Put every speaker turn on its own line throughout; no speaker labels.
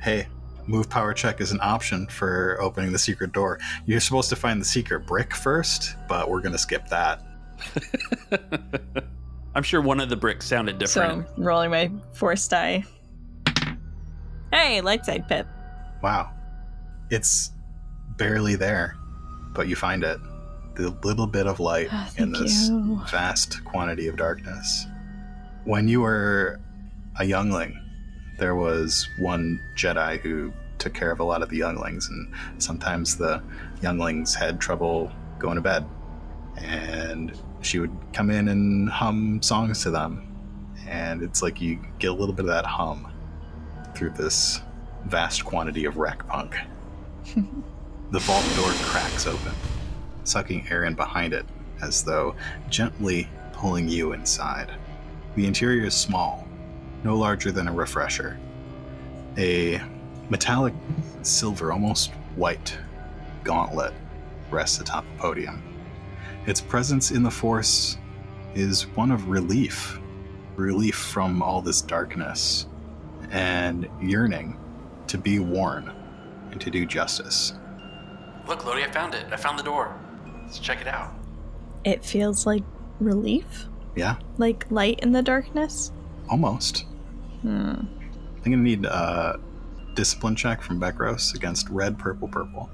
hey, move power check is an option for opening the secret door. You're supposed to find the secret brick first, but we're gonna skip that.
I'm sure one of the bricks sounded
So
different.
I'm rolling my force die. Hey, light side pip.
Wow. It's barely there, but you find it. The little bit of light
Ah,
in
thank
this
you.
vast quantity of darkness. When you were a youngling, there was one Jedi who took care of a lot of the younglings, and sometimes the younglings had trouble going to bed. And she would come in and hum songs to them. And it's like you get a little bit of that hum through this vast quantity of rack punk. the vault door cracks open, sucking air in behind it as though gently pulling you inside. The interior is small, no larger than a refresher. A metallic silver, almost white, gauntlet rests atop the podium. Its presence in the Force is one of relief relief from all this darkness and yearning to be worn and to do justice.
Look, Lodi, I found it. I found the door. Let's check it out.
It feels like relief,
Yeah,
like light in the darkness.
almost.
Hmm.
I'm gonna need a discipline check from Beckros against red, purple, purple.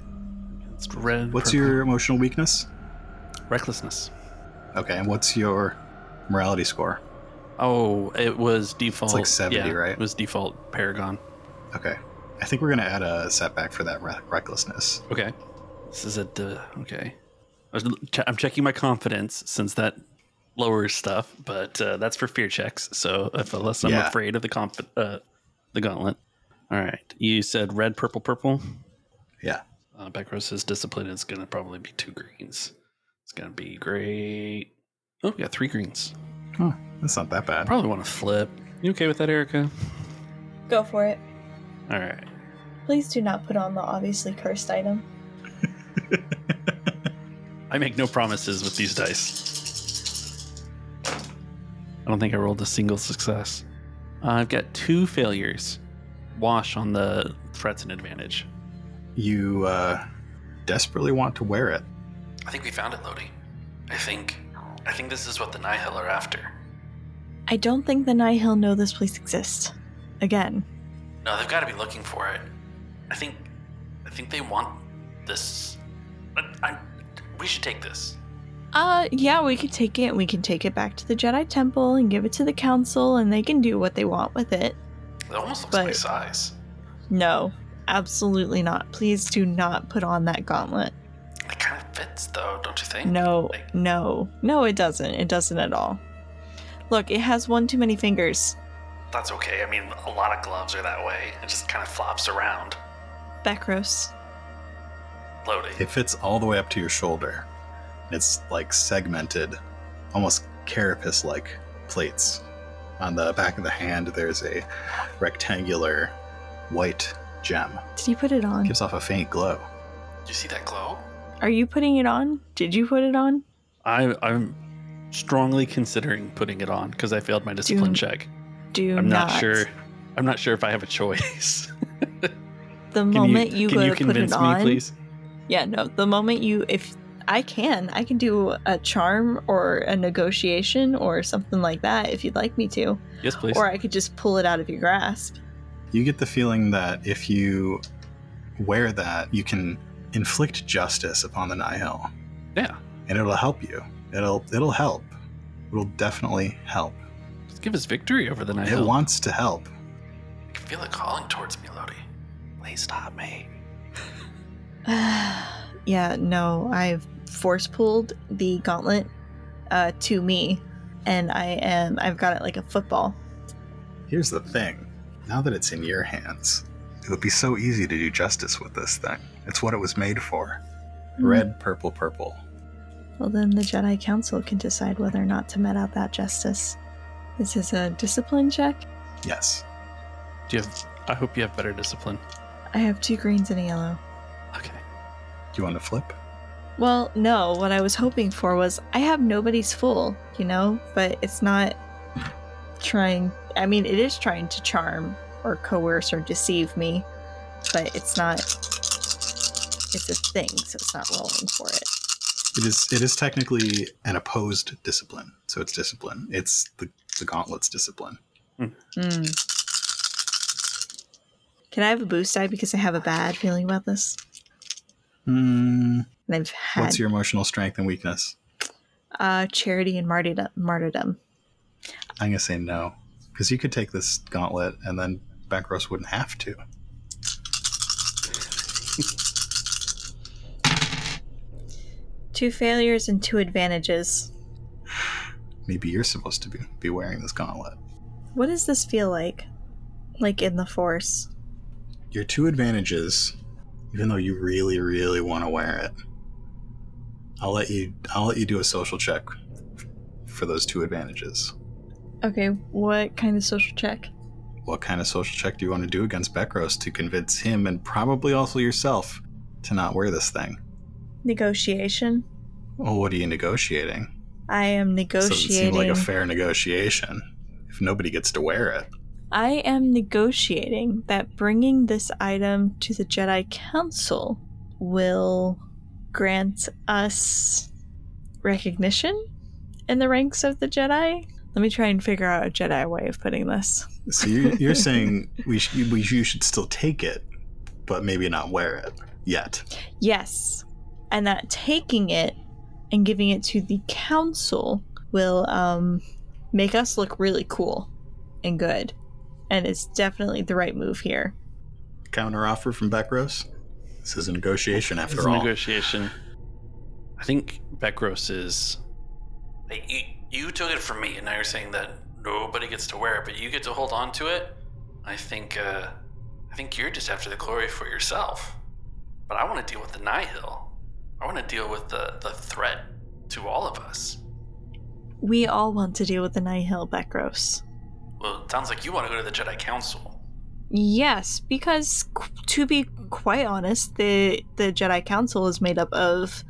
It's red.
What's
purple.
your emotional weakness?
recklessness?
Okay, and what's your morality score?
Oh, it was default.
70,
yeah,
right?
It was default Paragon.
Okay, I think we're gonna add a setback for that re- recklessness.
Okay. This is a duh. okay. I was l- che- I'm checking my confidence since that lowers stuff, but uh, that's for fear checks. So if unless I'm
Yeah.
afraid of the conf- uh, the gauntlet. All right. You said red, purple, purple.
Yeah.
Uh, Beckros is discipline. It's gonna probably be two greens. It's gonna be great. Oh, we got three greens.
That's not that
I
bad.
probably want to flip. You okay with that, Erica?
Go for it.
All right.
Please do not put on the obviously cursed item.
I make no promises with these dice. I don't think I rolled a single success. Uh, I've got two failures. Wash on the threats and advantage.
You uh, desperately want to wear it.
I think we found it, Lodi. I think. I think this is what the Nihil are after.
I don't think the Nihil know this place exists. Again.
No, they've got to be looking for it. I think. I think they want this. I, I, we should take this.
Uh, yeah, we could take it. We can take it back to the Jedi Temple and give it to the Council, and they can do what they want with it.
It almost looks
But-
like size.
No, absolutely not. Please do not put on that gauntlet.
It kind of fits, though, don't you think?
No,
Like-
no, no, it doesn't. It doesn't at all. Look, it has one too many fingers.
That's okay. I mean, a lot of gloves are that way. It just kind of flops around.
Becros.
Lodi.
It fits all the way up to your shoulder. It's like segmented, almost carapace like plates. On the back of the hand, there's a rectangular white gem.
Did you put it on?
Gives off a faint glow.
You see that glow?
Are you putting it on? Did you put it on?
I, I'm strongly considering putting it on because I failed my discipline
Dude,
check.
Do
I'm not, sure. I'm not sure if I have a choice.
The
can you,
moment you,
can
go
you
to put
convince
it
me,
on,
please?
Yeah, no. The moment you, if I can, I can do a charm or a negotiation or something like that if you'd like me to.
Yes, please.
Or I could just pull it out of your grasp.
You get the feeling that if you wear that, you can inflict justice upon the Nihil,
Yeah.
and it'll help you. It'll it'll help. It'll definitely help.
Let's give us victory over the
It
Nihil.
wants to help.
I can feel it calling towards me, Lodi. Please stop me.
yeah, no. I've force pulled the gauntlet uh, to me, and I am I've got it like a football.
Here's the thing. Now that it's in your hands, it would be so easy to do justice with this thing. It's what it was made for.
Mm.
Red, purple, purple.
Well, then the Jedi Council can decide whether or not to met out that justice. This is a discipline check.
Yes.
Do you have? I hope you have better discipline.
I have two greens and a yellow.
Okay.
Do you want to flip?
Well, no, what I was hoping for was I have nobody's fool, you know, but it's not trying. I mean, it is trying to charm or coerce or deceive me, but it's not. It's a thing, so it's not rolling for it.
It is it is technically an opposed discipline, so it's discipline. It's the, the gauntlet's discipline.
Mm. Can I have a boost die because I have a bad feeling about this?
Hmm.
And I've had
what's your emotional strength and weakness?
uh, charity and martyrdom. martyrdom.
I'm gonna say no, because you could take this gauntlet and then Backros wouldn't have to.
Two failures and two advantages.
Maybe you're supposed to be, be wearing this gauntlet.
What does this feel like? Like in the Force?
Your two advantages, even though you really, really want to wear it, I'll let you. I'll let you do a social check for those two advantages.
Okay, what kind of social check?
What kind of social check do you want to do against Backros to convince him and probably also yourself to not wear this thing?
Negotiation.
Well, what are you negotiating?
I am
Doesn't seem
negotiating.
like a fair negotiation if nobody gets to wear it.
I am negotiating that bringing this item to the Jedi Council will grant us recognition in the ranks of the Jedi. Let me try and figure out a Jedi way of putting this.
So you're, you're saying we, sh- we you should still take it, but maybe not wear it yet.
Yes, and that taking it and giving it to the council will um, make us look really cool and good, and it's definitely the right move here.
Counter offer from Beckros. This is a negotiation
It's
after
a
all.
negotiation. I think Beckros is. Hey, you, you took it from me, and now you're saying that nobody gets to wear it, but you get to hold on to it. I think. Uh, I think you're just after the glory for yourself. But I want to deal with the Nihil. I want to deal with the the threat to all of us.
We all want to deal with the Nihil Becros.
Well, it sounds like you want to go to the Jedi Council.
Yes, because qu- to be quite honest, the the Jedi Council is made up of,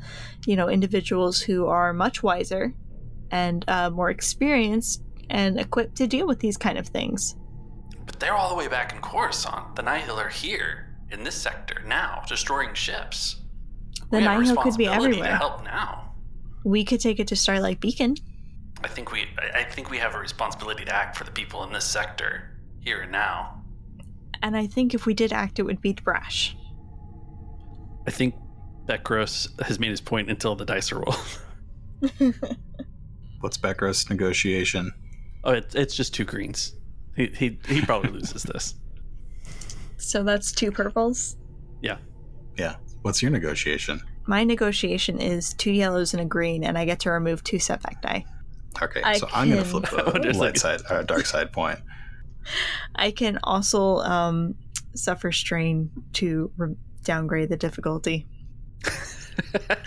you know, individuals who are much wiser, and uh, more experienced and equipped to deal with these kind of things.
But they're all the way back in Coruscant. The Nihil are here in this sector now, destroying ships.
The
We have a
Nihil could be
responsibility To
everywhere.
help now.
We could take it to Starlight Beacon.
I think we I- I think we have a responsibility to act for the people in this sector here and now.
And I think if we did act, it would be brash.
I think Beckros has made his point until the dice are rolled.
What's Beckros' negotiation?
Oh, it, it's just two greens. He he he probably loses this.
So that's two purples.
What's your negotiation?
My negotiation is two yellows and a green, and I get to remove two setback die.
Okay,
I
so I'm gonna
can-
flip
Oh,
the
there's
light side,
like-
uh, dark side point.
I can also um, suffer strain to re- downgrade the difficulty.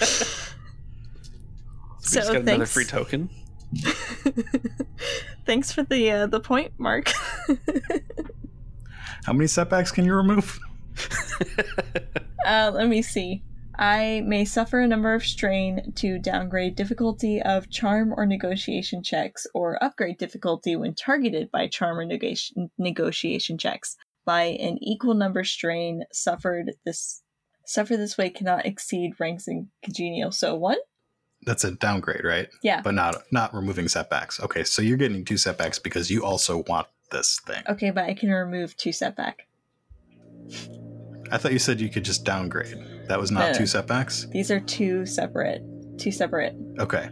we just
so
got another
thanks.
free token.
thanks for the uh, the point, Mark.
How many setbacks can you remove?
uh, let me see. I may suffer a number of strain to downgrade difficulty of charm or negotiation checks, or upgrade difficulty when targeted by charm or nega- negotiation checks by an equal number strain suffered. This suffer this way cannot exceed ranks in congenial. So one,
That's a downgrade, right?
yeah.
But not not removing setbacks. Okay, so you're getting two setbacks because you also want this thing.
Okay, but I can remove two setback.
I thought you said you could just downgrade. That was not
No.
two setbacks.
These are two separate, two separate
Okay,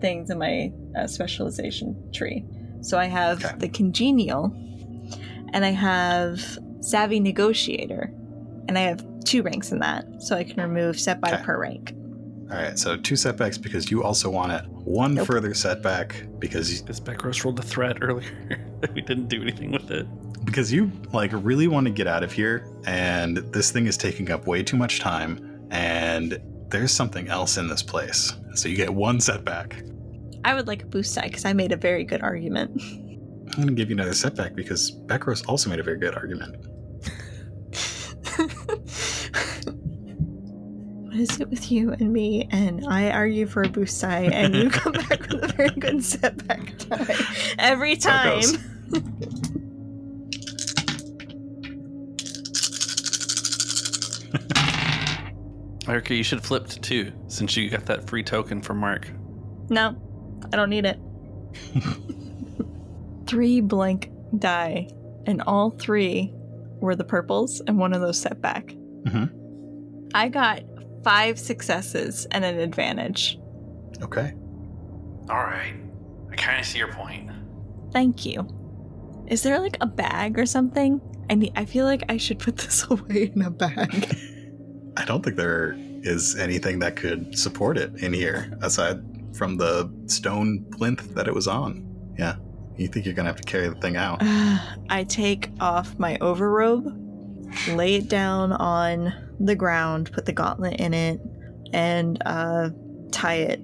things in my uh, specialization tree. So I have
Okay.
the congenial, and I have savvy negotiator, and I have two ranks in that, so I can remove setback
Okay.
per rank.
all right. So two setbacks because you also want it. One
Nope.
further setback because
Because Beckros rolled a threat earlier. we didn't do anything with it.
because you like really want to get out of here, and this thing is taking up way too much time, and there's something else in this place. So you get one setback.
I would like a boost die because I made a very good argument.
I'm gonna give you another setback because Beckros also made a very good argument.
what is it with you and me? And I argue for a boost die, and you come back with a very good setback die every
So it
time.
goes.
Erica, you should flip to two since you got that free token from Mark.
No, I don't need it. three blank die, and all three were the purples, and one of those set back.
Mhm.
I got five successes and an advantage.
Okay.
All right. I kind of see your point.
Thank you. Is there like a bag or something? I need. I feel like I should put this away in a bag.
I don't think there is anything that could support it in here aside from the stone plinth that it was on. Yeah. You think you're going to have to carry the thing out.
I take off my overrobe, lay it down on the ground, put the gauntlet in it, and uh, tie it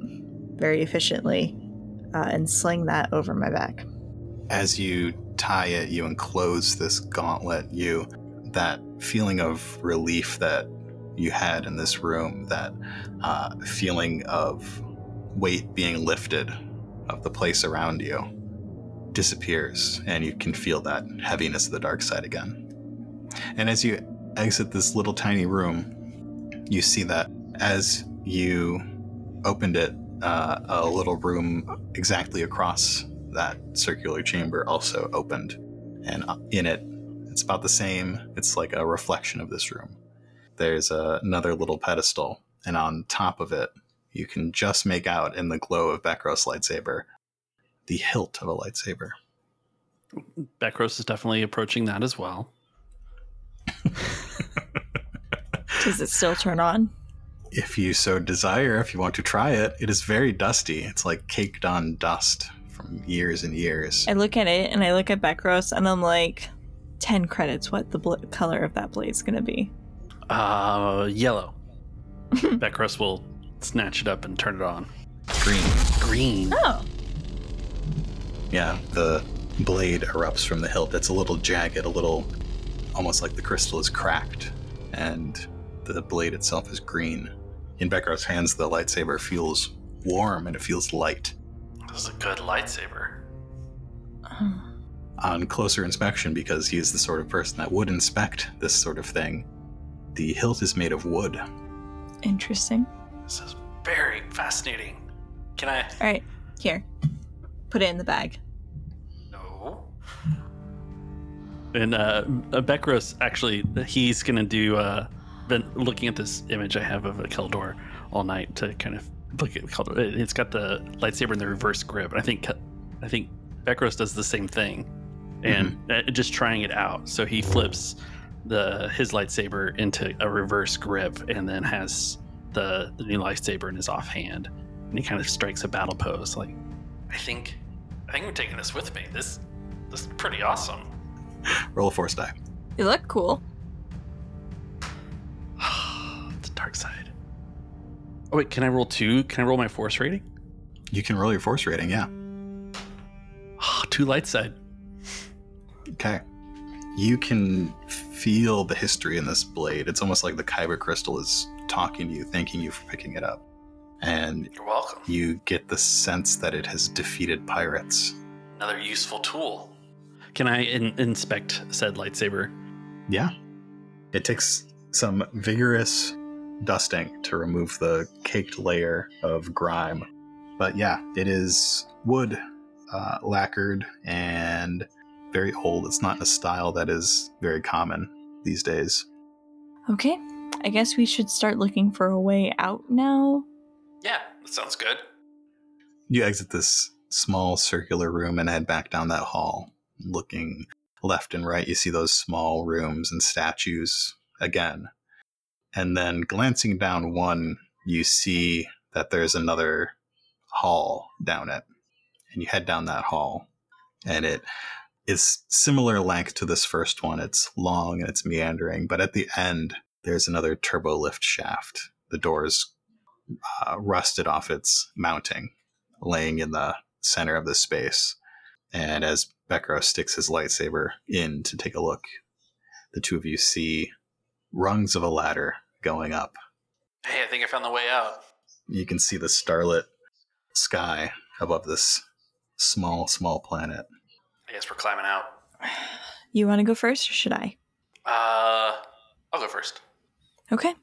very efficiently, uh, and sling that over my back.
As you tie it, you enclose this gauntlet, you that feeling of relief that you had in this room, that uh, feeling of weight being lifted of the place around you disappears, and you can feel that heaviness of the dark side again. And as you exit this little tiny room, you see that as you opened it, uh, a little room exactly across that circular chamber also opened. And uh, in it, it's about the same. It's like a reflection of this room. There's uh, another little pedestal, and on top of it, you can just make out in the glow of Bekros' lightsaber the hilt of a lightsaber.
Beckrose is definitely approaching that as well.
Does it still turn on?
If you so desire, if you want to try it, it is very dusty. It's like caked on dust from years and years.
I look at it and I look at Becros and I'm like, 10 credits, what the bl- color of that blade's gonna be.
Uh, yellow. Beckrose will snatch it up and turn it on.
Green.
Green.
Oh,
Yeah, the blade erupts from the hilt. It's a little jagged, a little almost like the crystal is cracked, and the blade itself is green. In Bekar's hands, the lightsaber feels warm and it feels light.
This is a good lightsaber.
On closer inspection, because he is the sort of person that would inspect this sort of thing, the hilt is made of wood.
interesting.
This is very fascinating. Can I?
All right, here, put it in the bag.
No. And uh, Beckrose actually, he's gonna do. Uh, been looking at this image I have of a Keldor all night to kind of look at Keldor. It- It's got the lightsaber in the reverse grip, and I think Ke- I think Beckrose does the same thing, and uh, just trying it out. So he flips the his lightsaber into a reverse grip, and then has the, the new lightsaber in his offhand, and he kind of strikes a battle pose. Like, I think I think I'm taking this with me. This this is pretty awesome.
Roll a force die.
You look cool.
the dark side. Oh wait, can I roll two? Can I roll my force rating?
You can roll your force rating, yeah.
Ah, two light side.
Okay. You can feel the history in this blade. It's almost like the kyber crystal is talking to you, thanking you for picking it up. And
You're welcome.
you get the sense that it has defeated pirates.
Another useful tool. Can I in- inspect said lightsaber?
Yeah. It takes some vigorous dusting to remove the caked layer of grime. But yeah, it is wood, uh, lacquered, and very old. It's not a style that is very common these days.
Okay, I guess we should start looking for a way out now.
Yeah, that sounds good.
you exit this small circular room and head back down that hall looking left and right you see those small rooms and statues again and then glancing down one you see that there's another hall down it and you head down that hall and it is similar length to this first one it's long and it's meandering but at the end there's another turbo lift shaft the doors uh, rusted off its mounting laying in the center of the space. And as Bekro sticks his lightsaber in to take a look, the two of you see rungs of a ladder going up.
Hey, I think I found the way out.
You can see the starlit sky above this small, small planet.
I guess we're climbing out.
You want to go first, or should I?
Uh, I'll go first.
Okay.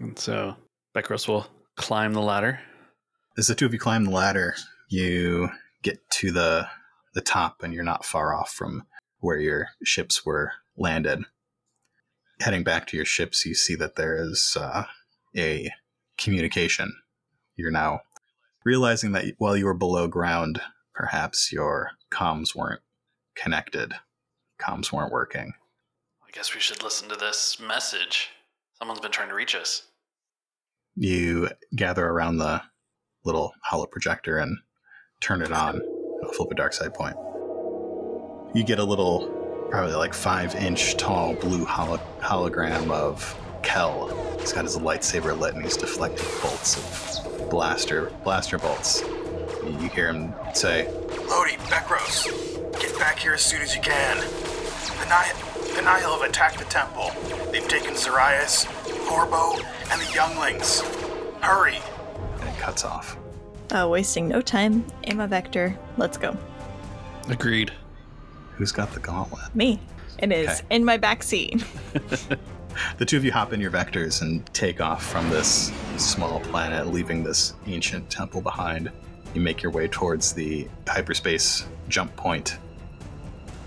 And so Becros will climb the ladder.
As the two of you climb the ladder, you get to the the top, and you're not far off from where your ships were landed. Heading back to your ships, you see that there is uh, a communication. You're now realizing that while you were below ground, perhaps your comms weren't connected, comms weren't working.
I guess we should listen to this message. Someone's been trying to reach us.
You gather around the little hollow projector and turn it on. I'll flip a dark side point. You get a little, probably like five inch tall blue holo- hologram of Kel. He's got his lightsaber lit and he's deflecting bolts of blaster blaster bolts. You hear him say,
Lodi, Bekros, get back here as soon as you can. The, Nih- the Nihil have attacked the temple. They've taken Zarias, Corbo, and the Younglings. Hurry!
and it cuts off.
Uh, wasting no time. Am a vector. Let's go.
Agreed.
Who's got the gauntlet?
Me. It is
Okay.
in my back seat.
The two of you hop in your vectors and take off from this small planet, leaving this ancient temple behind. You make your way towards the hyperspace jump point,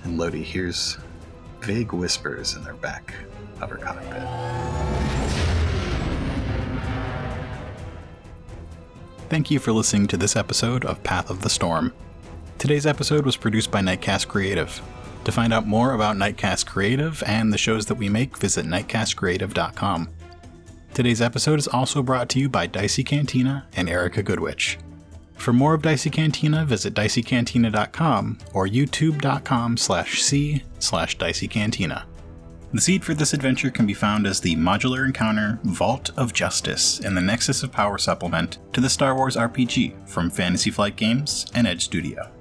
and Lodi hears vague whispers in their back of her cockpit. Thank you for listening to this episode of Path of the Storm. Today's episode was produced by Nightcast Creative. To find out more about Nightcast Creative and the shows that we make, visit nightcastcreative.com. Today's episode is also brought to you by Dicey Cantina and Erica Goodwitch. For more of Dicey Cantina, visit diceycantina.com or youtube.com slash c slash diceycantina. The seed for this adventure can be found as the modular encounter Vault of Justice in the Nexus of Power supplement to the Star Wars RPG from Fantasy Flight Games and Edge Studio.